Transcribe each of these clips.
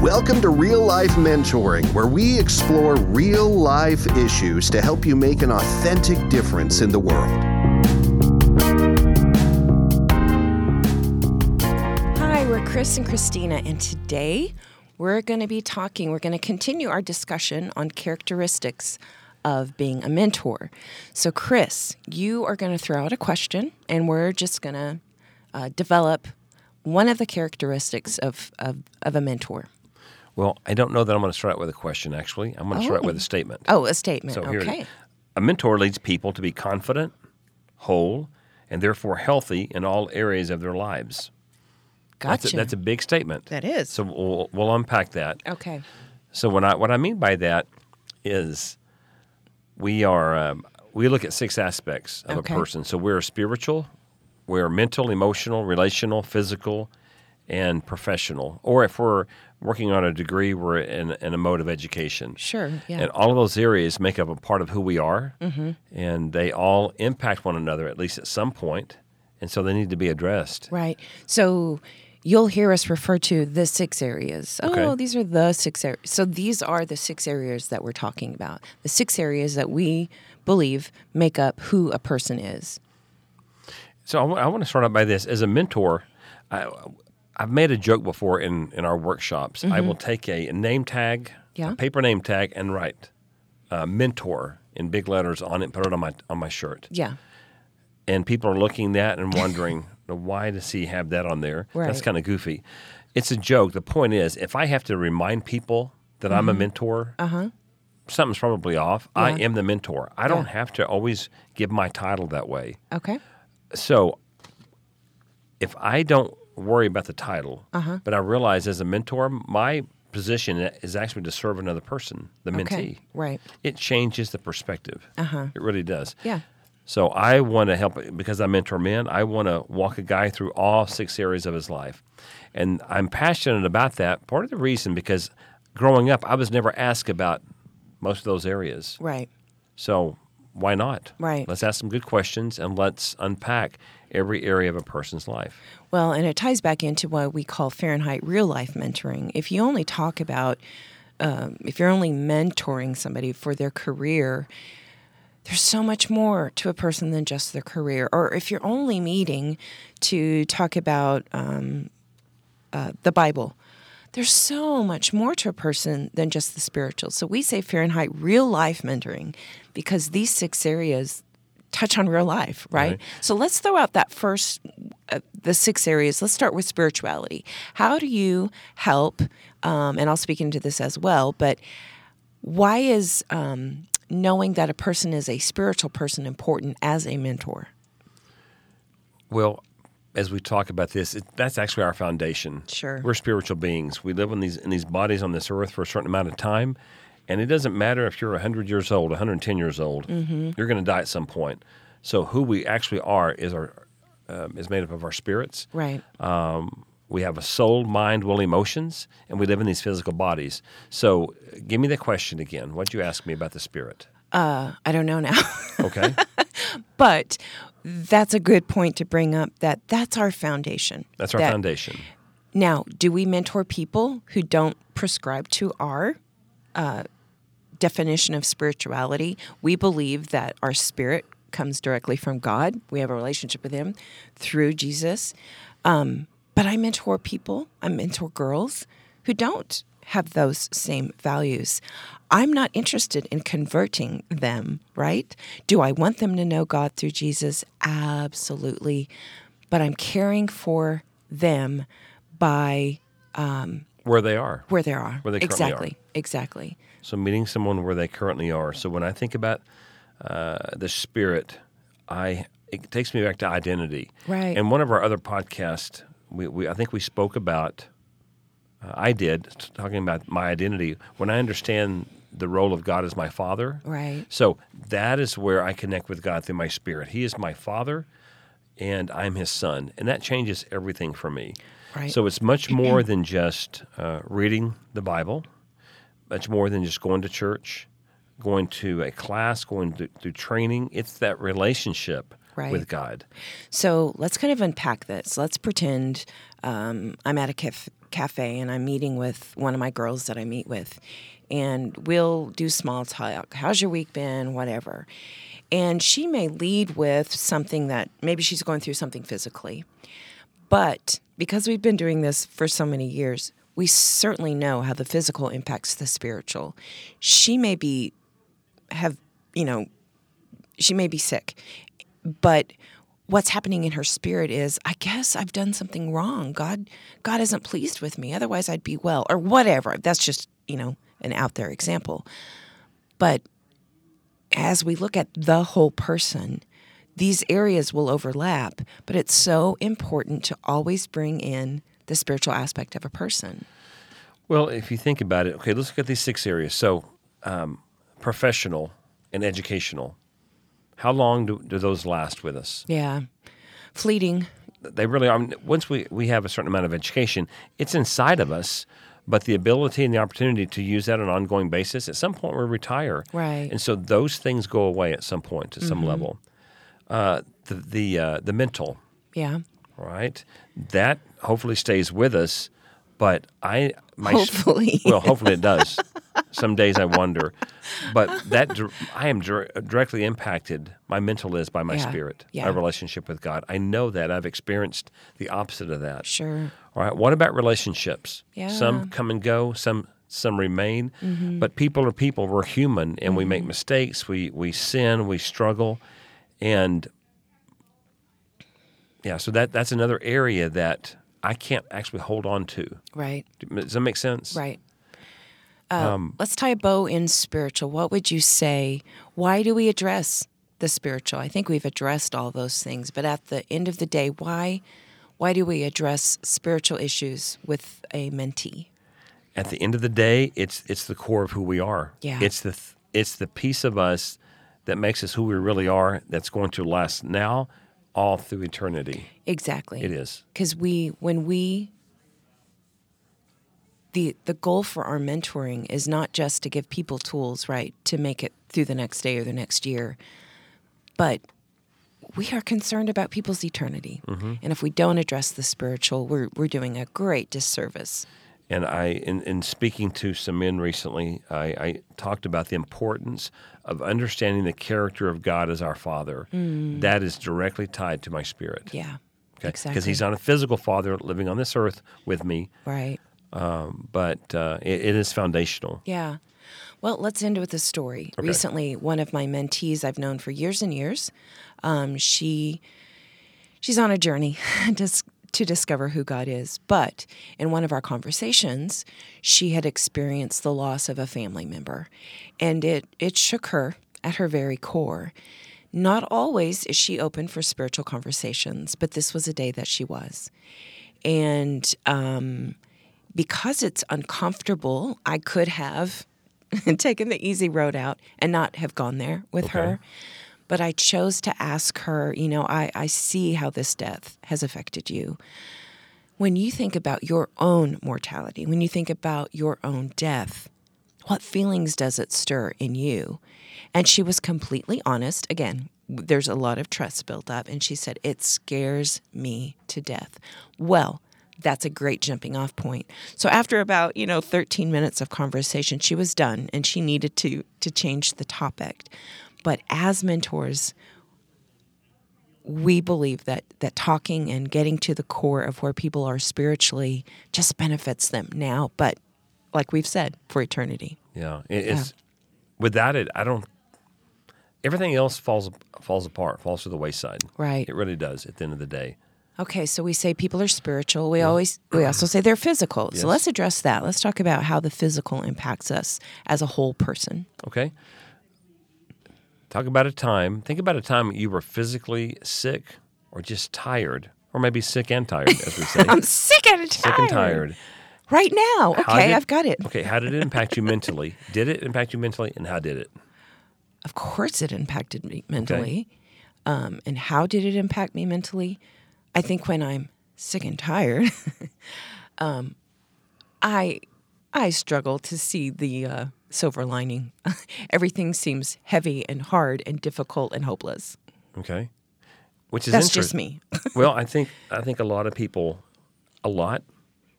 Welcome to Real Life Mentoring, where we explore real life issues to help you make an authentic difference in the world. Hi, we're Chris and Christina, and today we're going to be talking, we're going to continue our discussion on characteristics of being a mentor. So, Chris, you are going to throw out a question, and we're just going to uh, develop one of the characteristics of, of, of a mentor. Well, I don't know that I'm going to start out with a question, actually. I'm going to start out with a statement. Oh, a statement. So here it is. okay. A mentor leads people to be confident, whole, and therefore healthy in all areas of their lives. Gotcha. That's a, that's a big statement. That is. So we'll, we'll unpack that. okay. So when I what I mean by that is we are um, we look at six aspects of Okay. a person. So we're spiritual, we're mental, emotional, relational, physical, and professional. Or if we're working on a degree, we're in, in a mode of education. Sure, yeah. Mm-hmm. And all of those areas make up a part of who we are, and they all impact one another at least at some point, and so they need to be addressed. Right. So you'll hear us refer to the six areas. Oh, Okay. these are the six areas. So these are the six areas that we're talking about. The six areas that we believe make up who a person is. So I want to start out by this. As a mentor, I, I've made a joke before in, in our workshops. I will take a, name tag, Mm-hmm. Yeah. a paper name tag, and write uh, "mentor" in big letters on it. Put it on my on my shirt, Yeah. and people are looking at that and wondering, "Now, why does he have that on there? That's Right. kind of goofy. It's a joke. The point is, if I have to remind people that I'm a mentor, something's probably off. I Mm-hmm. Uh-huh. Yeah. am the mentor. I don't have to always give my title that way Okay. so if I don't worry about the title, Uh-huh. but I realize as a mentor, my position is actually to serve another person, the mentee. Okay. Right. It changes the perspective. It really does. Yeah. So I want to help because I mentor men. I want to walk a guy through all six areas of his life, and I'm passionate about that. Part of the reason because growing up, I was never asked about most of those areas. Right. So why not? Right. Let's ask some good questions and let's unpack every area of a person's life. Well, and it ties back into what we call Fahrenheit real life mentoring. If you only talk about, um, if you're only mentoring somebody for their career, there's so much more to a person than just their career. Or if you're only meeting to talk about um, uh, the Bible, there's so much more to a person than just the spiritual. So we say Fahrenheit real life mentoring because these six areas touch on real life, right? Right. So let's throw out that first, uh, the six areas. Let's start with spirituality. How do you help? Um, and I'll speak into this as well, but why is um, knowing that a person is a spiritual person important as a mentor? Well, as we talk about this, it, that's actually our foundation. Sure. We're spiritual beings. We live in these in these bodies on this earth for a certain amount of time, and it doesn't matter if you're 100 years old, 110 years old. Mm-hmm. You're going to die at some point. So who we actually are is our um, is made up of our spirits. Right. We have a soul, mind, will, emotions, and we live in these physical bodies. So, uh, give me the question again. What'd you ask me about the spirit? I don't know now. Okay, but that's a good point to bring up that that's our foundation. that's our That- foundation. Now, do we mentor people who don't prescribe to our uh, definition of spirituality? We believe that our spirit comes directly from God. We have a relationship with Him through Jesus. Um, but I mentor people, I mentor girls who don't have those same values. I'm not interested in converting them, right? Do I want them to know God through Jesus? Absolutely. But I'm caring for them by Where they are. where they are. Where they currently are. exactly. Exactly. So, meeting someone where they currently are. So, when I think about uh, the spirit, I it takes me back to identity. Right. And one of our other podcasts, we, we I think we spoke about. Uh, I did talking about my identity when I understand the role of God as my Father. Right. So that is where I connect with God through my spirit. He is my father and I'm his son. And that changes everything for me. Right. So it's much more than just uh, reading the Bible, much more than just going to church, going to a class, going to, through training. It's that relationship Right. with God. So let's kind of unpack this. Let's pretend um, I'm at a caf- cafe and I'm meeting with one of my girls that I meet with, and we'll do small talk. How's your week been? Whatever. And she may lead with something that maybe she's going through something physically. But because we've been doing this for so many years, we certainly know how the physical impacts the spiritual. She may be have, you know, she may be sick, but what's happening in her spirit is I guess I've done something wrong. God God isn't pleased with me. Otherwise I'd be well or whatever. That's just, you know, an out there example. But as we look at the whole person, these areas will overlap, but it's so important to always bring in the spiritual aspect of a person. Well, if you think about it, okay, let's look at these six areas. So, um, professional and educational. How long do, do those last with us? Yeah. Fleeting. They really are. Once we, we have a certain amount of education, it's inside of us, but the ability and the opportunity to use that on an ongoing basis, at some point we retire. Right. And so those things go away at some point, to some level. Uh, the the, uh, the mental, Yeah. right? That hopefully stays with us, but I my s- Hopefully. well, hopefully it does. Some days I wonder, but that dir- I am dir- directly impacted. My mental is by my Yeah, spirit, yeah. my relationship with God. I know that I've experienced the opposite of that. Sure. All right. What about relationships? Yeah. Mm-hmm. Some come and go. Some some remain. But people are people. We're human, and we make mistakes. We we sin. We struggle, and yeah. So that that's another area that I can't actually hold on to. Right. Does that make sense? Right. Uh, Um, let's tie a bow in spiritual. What would you say? Why do we address the spiritual? I think we've addressed all those things, but at the end of the day, why? Why do we address spiritual issues with a mentee? At the end of the day, it's it's the core of who we are. Yeah. It's the th- it's the piece of us that makes us who we really are. That's going to last now, all through eternity. Exactly. It is. because we when we the the goal for our mentoring is not just to give people tools right to make it through the next day or the next year but we are concerned about people's eternity and if we don't address the spiritual we're we're doing a great disservice And I, in, in speaking to some men recently, I, I talked about the importance of understanding the character of God as our Father. That is directly tied to my spirit. yeah exactly Because He's not a physical Father living on this earth with me, right but uh, it, it is foundational. Yeah. Well, let's end with a story. Recently, one of my mentees I've known for years and years, um, she she's on a journey to, s- to discover who God is. But in one of our conversations, she had experienced the loss of a family member, and it it shook her at her very core. Not always is she open for spiritual conversations, but this was a day that she was. And um, because it's uncomfortable, I could have taken the easy road out and not have gone there with her. But I chose to ask her, you know, I, I see how this death has affected you. When you think about your own mortality, when you think about your own death, what feelings does it stir in you? And she was completely honest. Again, w- there's a lot of trust built up. And she said, It scares me to death. Well, that's a great jumping off point. So after about, you know, 13 minutes of conversation, she was done and she needed to to change the topic. But as mentors, we believe that that talking and getting to the core of where people are spiritually just benefits them now, but like we've said, for eternity. Yeah. It, it's without it, I don't. Everything else falls falls apart, falls to the wayside. Right. It really does. At the end of the day. Okay, so we say people are spiritual. We always we also say they're physical. So let's address that. Let's talk about how the physical impacts us as a whole person. Okay. Talk about a time. Think about a time you were physically sick or just tired, or maybe sick and tired, as we say. I'm sick and tired. sick and tired. Right now. How Okay, did- I've got it. Okay, how did it impact you mentally? Did it impact you mentally, and how did it? Of course, it impacted me mentally. Um, and how did it impact me mentally? I think when I'm sick and tired, um, I I struggle to see the uh, silver lining. Everything seems heavy and hard and difficult and hopeless. Okay, which is That's interest- just me. well, I think I think a lot of people, a lot,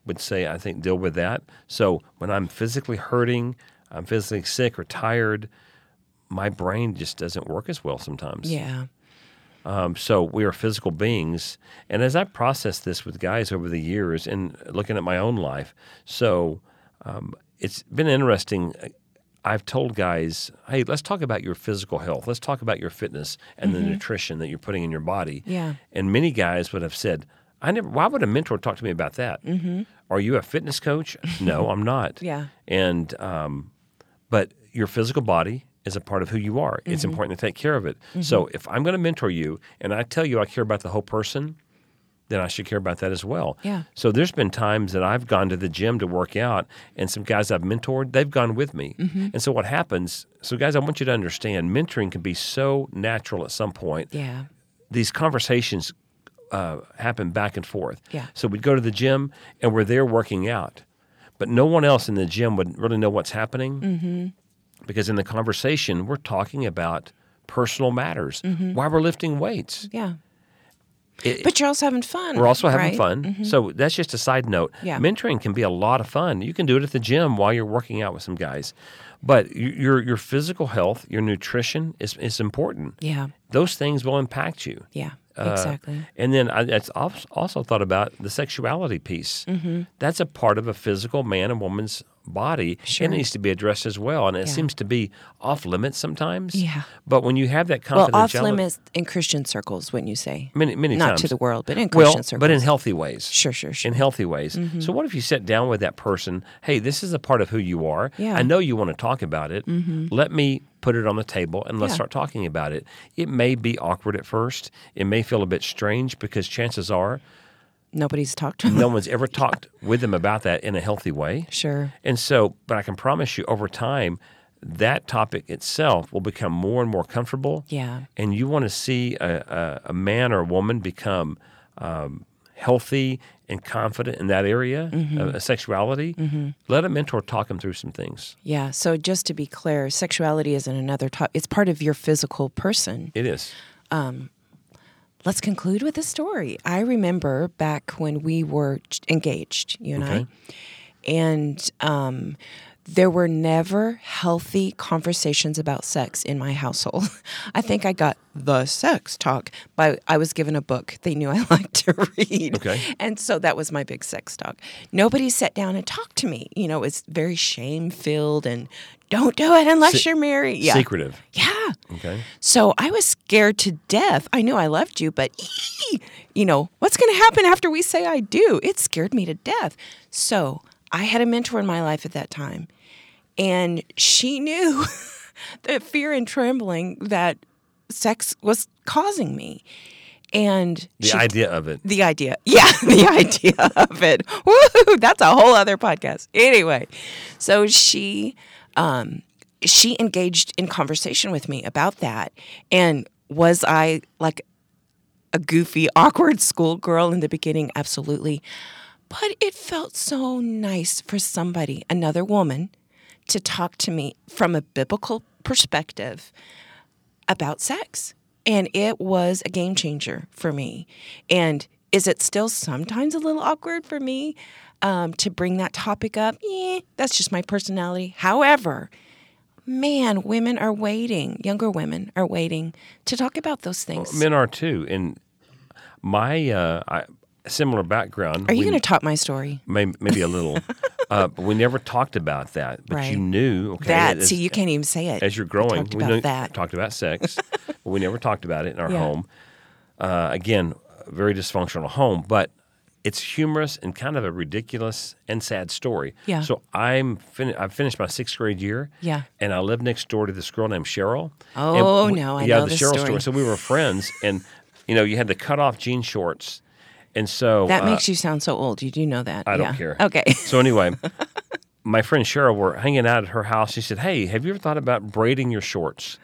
would say, I think, deal with that. So when I'm physically hurting, I'm physically sick or tired, my brain just doesn't work as well sometimes. Yeah. Um, so we are physical beings. And as I process this with guys over the years and looking at my own life, so um, it's been interesting. I've told guys, hey, let's talk about your physical health. Let's talk about your fitness and the nutrition that you're putting in your body. Mm-hmm. Yeah. And many guys would have said, I never, why would a mentor talk to me about that? Mm-hmm. Are you a fitness coach? No, I'm not. Yeah. And, um, but your physical body is a part of who you are. It's important to take care of it. So if I'm going to mentor you and I tell you I care about the whole person, then I should care about that as well. Yeah. So there's been times that I've gone to the gym to work out, and some guys I've mentored, they've gone with me. And so what happens? So guys, I want you to understand, mentoring can be so natural at some point Yeah. these conversations uh, happen back and forth. Yeah. So we'd go to the gym and we're there working out, but no one else in the gym would really know what's happening Mm-hmm. because in the conversation we're talking about personal matters, why we're lifting weights. Yeah. It- Mm-hmm. But you're also having fun. we're also having right? Mm-hmm. fun. So that's just a side note. Yeah. Mentoring can be a lot of fun. You can do it at the gym while you're working out with some guys, but y- your your physical health, your nutrition is is important. Yeah. Those things will impact you. Yeah. Uh, Exactly. And then I that's als- also thought about the sexuality piece. Mm-hmm. That's a part of a physical man and woman's body. Sure. And it needs to be addressed as well. And it Yeah. seems to be off limits sometimes. Yeah. But when you have that Well, confidentiality, off limits in Christian circles, wouldn't you say? many, many Not times. to the world, but in well, Christian circles. but in healthy ways sure, Mm-hmm. sure, sure. in healthy ways. So what if you sit down with that person? Hey, this is a part of who you are. Yeah. Mm-hmm. I know you want to talk about it. Let me put it on the table and let's Yeah. start talking about it. It may be awkward at first. It may feel a bit strange because chances are Nobody's talked to them. no one's ever talked with them about that in a healthy way. Sure. And so, but I can promise you over time, that topic itself will become more and more comfortable. Yeah. And you want to see a, a, a man or a woman become um, healthy and confident in that area Mm-hmm. of of sexuality. Let a mentor talk them through some things. Yeah. So just to be clear, sexuality isn't another top. It's part of your physical person. It is. Let's conclude with a story. I remember back when we were ch- engaged, you and Okay. I, and um, there were never healthy conversations about sex in my household. I think I got the sex talk, but I was given a book. They knew I liked to read. Okay. And so that was my big sex talk. Nobody sat down and talked to me. You know, it was very shame filled and don't do it unless Se- you're married. Yeah. Secretive. Yeah. Okay. So I was scared to death. I knew I loved you, but ee, you know, what's going to happen after we say I do? It scared me to death. So I had a mentor in my life at that time, and she knew the fear and trembling that sex was causing me. And The she idea of it. the idea. Yeah, the idea of it. Woo! That's a whole other podcast. Anyway, so she um she engaged in conversation with me about that and was I like a goofy, awkward schoolgirl in the beginning? Absolutely. But it felt so nice for somebody, another woman, to talk to me from a biblical perspective about sex. And it was a game changer for me. And is it still sometimes a little awkward for me um, to bring that topic up? Eh, that's just my personality. However, man, women are waiting, younger women are waiting to talk about those things. Men are too. And my uh, I, similar background. Are you we- going to top my story? Maybe, maybe a little. uh, but we never talked about that. But Right. you knew. Okay, that as- see, you can't even say it. as you're growing, we talked about know- that. talked about sex, but we never talked about it in our Yeah. home. Uh, again, a very dysfunctional home, but it's humorous and kind of a ridiculous and sad story. Yeah. So I'm fin- I finished my sixth grade year. Yeah. And I lived next door to this girl named Cheryl. Oh, And we- no, I yeah, know the this Cheryl story. So we were friends, and you know, you had to cut off jean shorts, and so that uh, makes you sound so old. You do know that. I don't Yeah. care. Okay. So anyway, my friend Cheryl were hanging out at her house. She said, "Hey, have you ever thought about braiding your shorts?"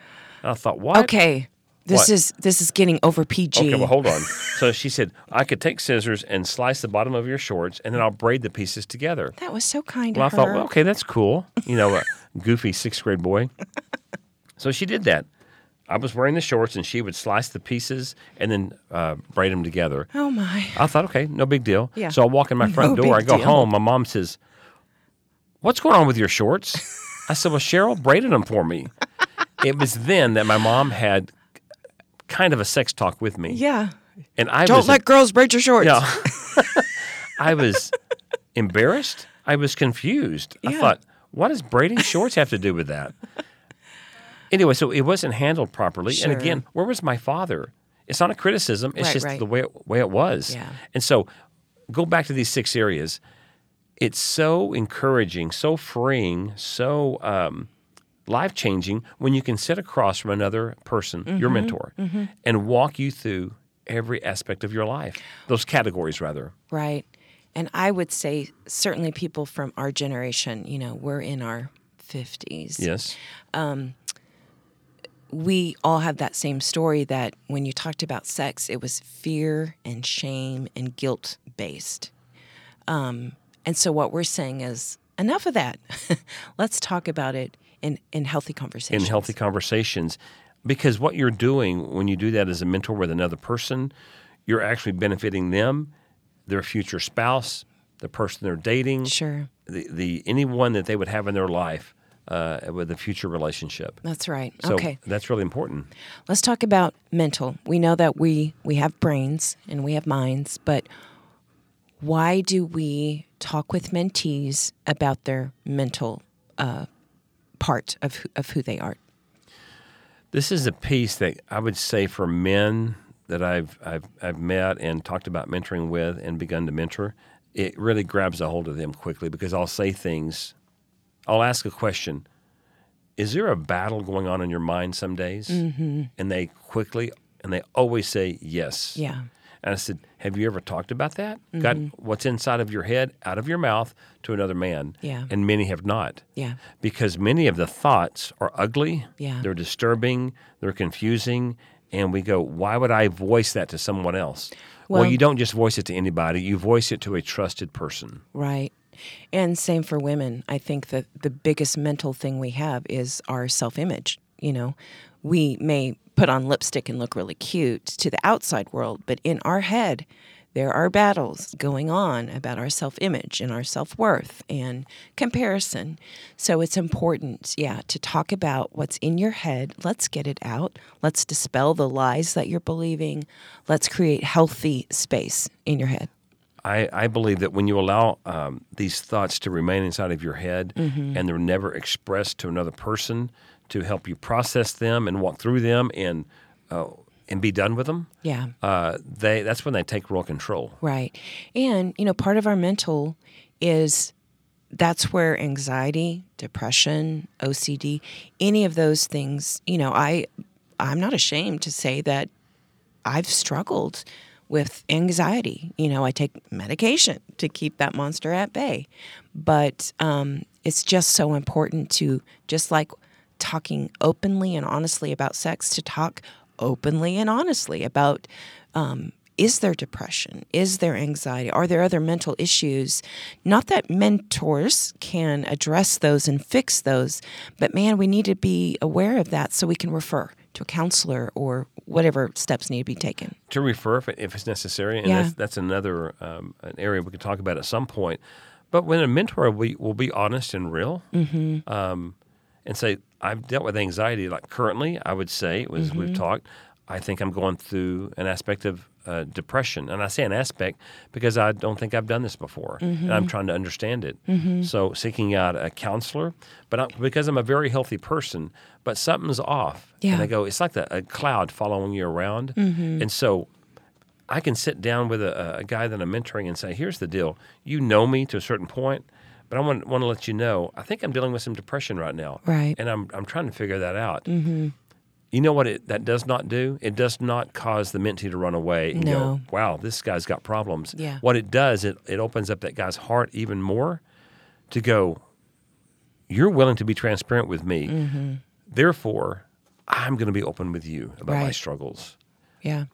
And I thought, "What?" Okay. This What? is this is getting over PG. Okay, well, hold on. so she said, "I could take scissors and slice the bottom of your shorts, and then I'll braid the pieces together." that was so kind Well, I of her. thought, well, okay, that's cool. You know, a goofy sixth grade boy. So she did that. I was wearing the shorts, and she would slice the pieces and then uh, braid them together. Oh my. I thought, okay, no big deal. Yeah. So I walk in my front No door. I big go deal. home. My mom says, "What's going on with your shorts?" I said, "Well, Cheryl braided them for me." it was then that my mom had kind of a sex talk with me. Yeah. And I Don't was let girls braid your shorts. yeah. I was embarrassed. I was confused. I Yeah. thought, what does braiding shorts have to do with that? Anyway, so it wasn't handled properly. Sure. And again, where was my father? It's not a criticism. It's Right, just right. the way it, way it was. Yeah. And so, go back to these six areas. It's so encouraging, so freeing, so um, life changing when you can sit across from another person, your mentor, and walk you through every aspect of your life. Those categories, rather. Right. And I would say certainly people from our generation, you know, we're in our 50s. Yes. We all have that same story that when you talked about sex, it was fear and shame and guilt based. Um, and so what we're saying is enough of that. Let's talk about it in, in healthy In conversations. healthy conversations. Because what you're doing when you do that as a mentor with another person, you're actually benefiting them, their future spouse, the person they're dating, Sure. the, the anyone that they would have in their life uh, with a future relationship. That's right. So okay. that's really important. Let's talk about mental. We know that we we have brains and we have minds, but why do we talk with mentees about their mental uh, part of who, of who they are? This is a piece that I would say for men that I've, I've, I've met and talked about mentoring with and begun to mentor, it really grabs a hold of them quickly because I'll say things, I'll ask a question. Is there a battle going on in your mind some days? Mm-hmm. And they quickly, and they always say yes. Yeah. And I said, Have you ever talked about that? Got Mm-hmm. what's inside of your head, out of your mouth to another man. Yeah. And many have not Yeah. because many of the thoughts are ugly. Yeah. They're disturbing. They're confusing. And we go, why would I voice that to someone else? Well, Well- you don't just voice it to anybody, you voice it to a trusted person. Right. And same for women. I think that the biggest mental thing we have is our self image. You know, we may put on lipstick and look really cute to the outside world, but in our head, there are battles going on about our self image and our self worth and comparison. So it's important, yeah, to talk about what's in your head. Let's get it out. Let's dispel the lies that you're believing. Let's create healthy space in your head. I, I believe that when you allow um, these thoughts to remain inside of your head Mm-hmm. and they're never expressed to another person to help you process them and walk through them and, uh, and be done with them, Yeah. uh, they, that's when they take real control. Right. And, you know, part of our mental is that's where anxiety, depression, OCD, any of those things, you know, I I'm not ashamed to say that I've struggled with anxiety. You know, I take medication to keep that monster at bay. But um, it's just so important to, just like talking openly and honestly about sex, to talk openly and honestly about um, is there depression? Is there anxiety? Are there other mental issues? Not that mentors can address those and fix those, but man, we need to be aware of that so we can refer to a counselor or whatever steps need to be taken. to refer if, if it's necessary, and Yeah. that's, that's another um, an area we could talk about at some point. But when a mentor we will be honest and real, um, and say I've dealt with anxiety. Like currently, I would say was we've talked. I think I'm going through an aspect of uh, depression, and I say an aspect because I don't think I've done this before, and I'm trying to understand it. So seeking out a counselor, but I, because I'm a very healthy person, but something's off, Yeah. and I go, it's like the, a cloud following you around, and so I can sit down with a, a guy that I'm mentoring and say, "Here's the deal. You know me to a certain point, but I want want to let you know. I think I'm dealing with some depression right now, Right. And I'm I'm trying to figure that out. Mm-hmm. You know what? It, that does not do. It does not cause the mentee to run away and No. go, "Wow, this guy's got problems." Yeah. What it does, it it opens up that guy's heart even more to go. You're willing to be transparent with me, Mm-hmm. therefore, I'm going to be open with you about my Right. struggles. Yeah.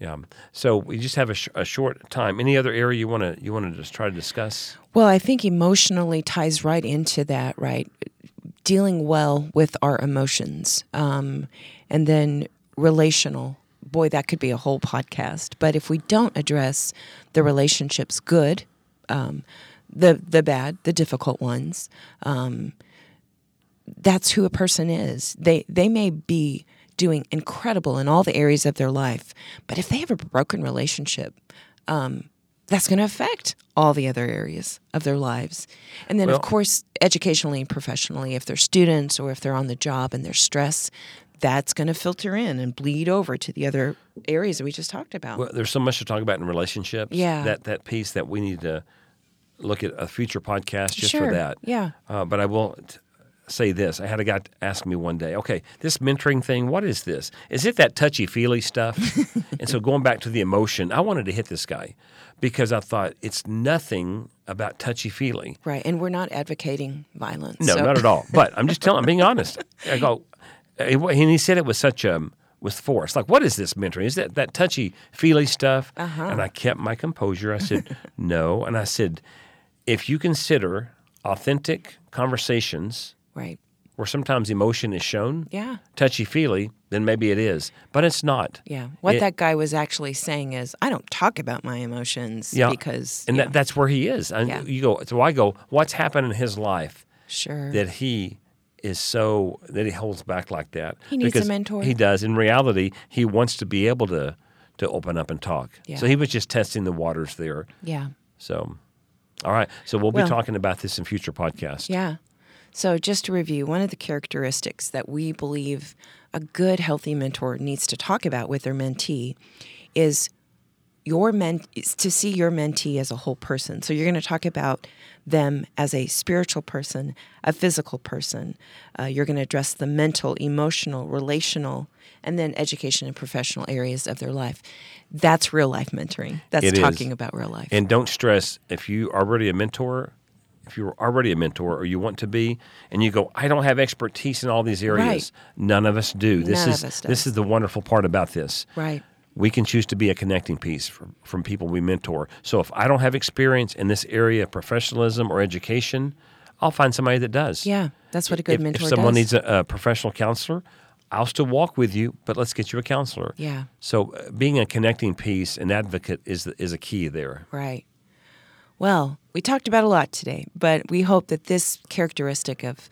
Yeah. So we just have a, sh- a short time. Any other area you want to you want to just try to discuss? Well, I think emotionally ties right into that, right? dealing well with our emotions. Um, and then relational. Boy, that could be a whole podcast. But if we don't address the relationships good, um, the the bad, the difficult ones, um, that's who a person is. They they may be doing incredible in all the areas of their life, but if they have a broken relationship, um, that's going to affect all the other areas of their lives. And then, Well- of course, educationally and professionally, if they're students or if they're on the job and they're stressed, that's going to filter in and bleed over to the other areas that we just talked about. Well, there's so much to talk about in relationships. Yeah. That that piece that we need to look at a future podcast just Sure, for that. yeah. Uh, but I will t- say this: I had a guy t- ask me one day, "Okay, this mentoring thing, what is this? Is it that touchy feely stuff?" and so going back to the emotion, I wanted to hit this guy because I thought it's nothing about touchy feely. Right, and we're not advocating violence. No, so- not at all. But I'm just telling. I'm being honest. I go, and he said it with such um with force. Like, what is this mentoring? Is that that touchy feely stuff? Uh-huh. And I kept my composure. I said no, and I said, if you consider authentic conversations Right. where sometimes emotion is shown, Yeah. touchy feely, then maybe it is, but it's not. Yeah. What It- that guy was actually saying is, I don't talk about my emotions because. and yeah, that, that's where he is. And Yeah. you go, so I go, what's happened in his life? sure. that he is so that he holds back like that. He needs a Because mentor. He does. In reality, he wants to be able to to open up and talk. Yeah. So he was just testing the waters there. yeah. So, all right. So we'll Well- be talking about this in future podcasts. Yeah. So, just to review, one of the characteristics that we believe a good, healthy mentor needs to talk about with their mentee is your men is to see your mentee as a whole person. So, you're going to talk about them as a spiritual person, a physical person. Uh, you're going to address the mental, emotional, relational, and then education and professional areas of their life. That's real life mentoring. That's It is. talking about real life. And don't stress if you are already a mentor, if you're already a mentor or you want to be, and you go, I don't have expertise in all these areas. Right. None of us do. This None is of us does. this is the wonderful part about this. Right. We can choose to be a connecting piece from, from people we mentor. So if I don't have experience in this area of professionalism or education, I'll find somebody that does. yeah, that's what a good if, mentor if does. someone needs a, a professional counselor, I'll still walk with you, but let's get you a counselor. Yeah. So uh, being a connecting piece, an advocate is the, is a key there. Right. Well, we talked about a lot today, but we hope that this characteristic of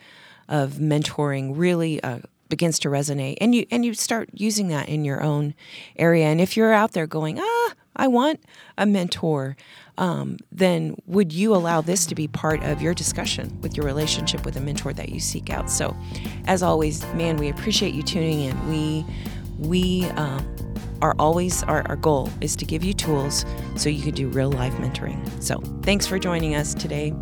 of mentoring really uh, begins to resonate, and you and you start using that in your own area. And if you're out there going, ah, I want a mentor, um, then would you allow this to be part of your discussion with your relationship with a mentor that you seek out? So, as always, man, we appreciate you tuning in. We we um, are always our, our goal is to give you tools so you can do real life mentoring. So thanks for joining us today.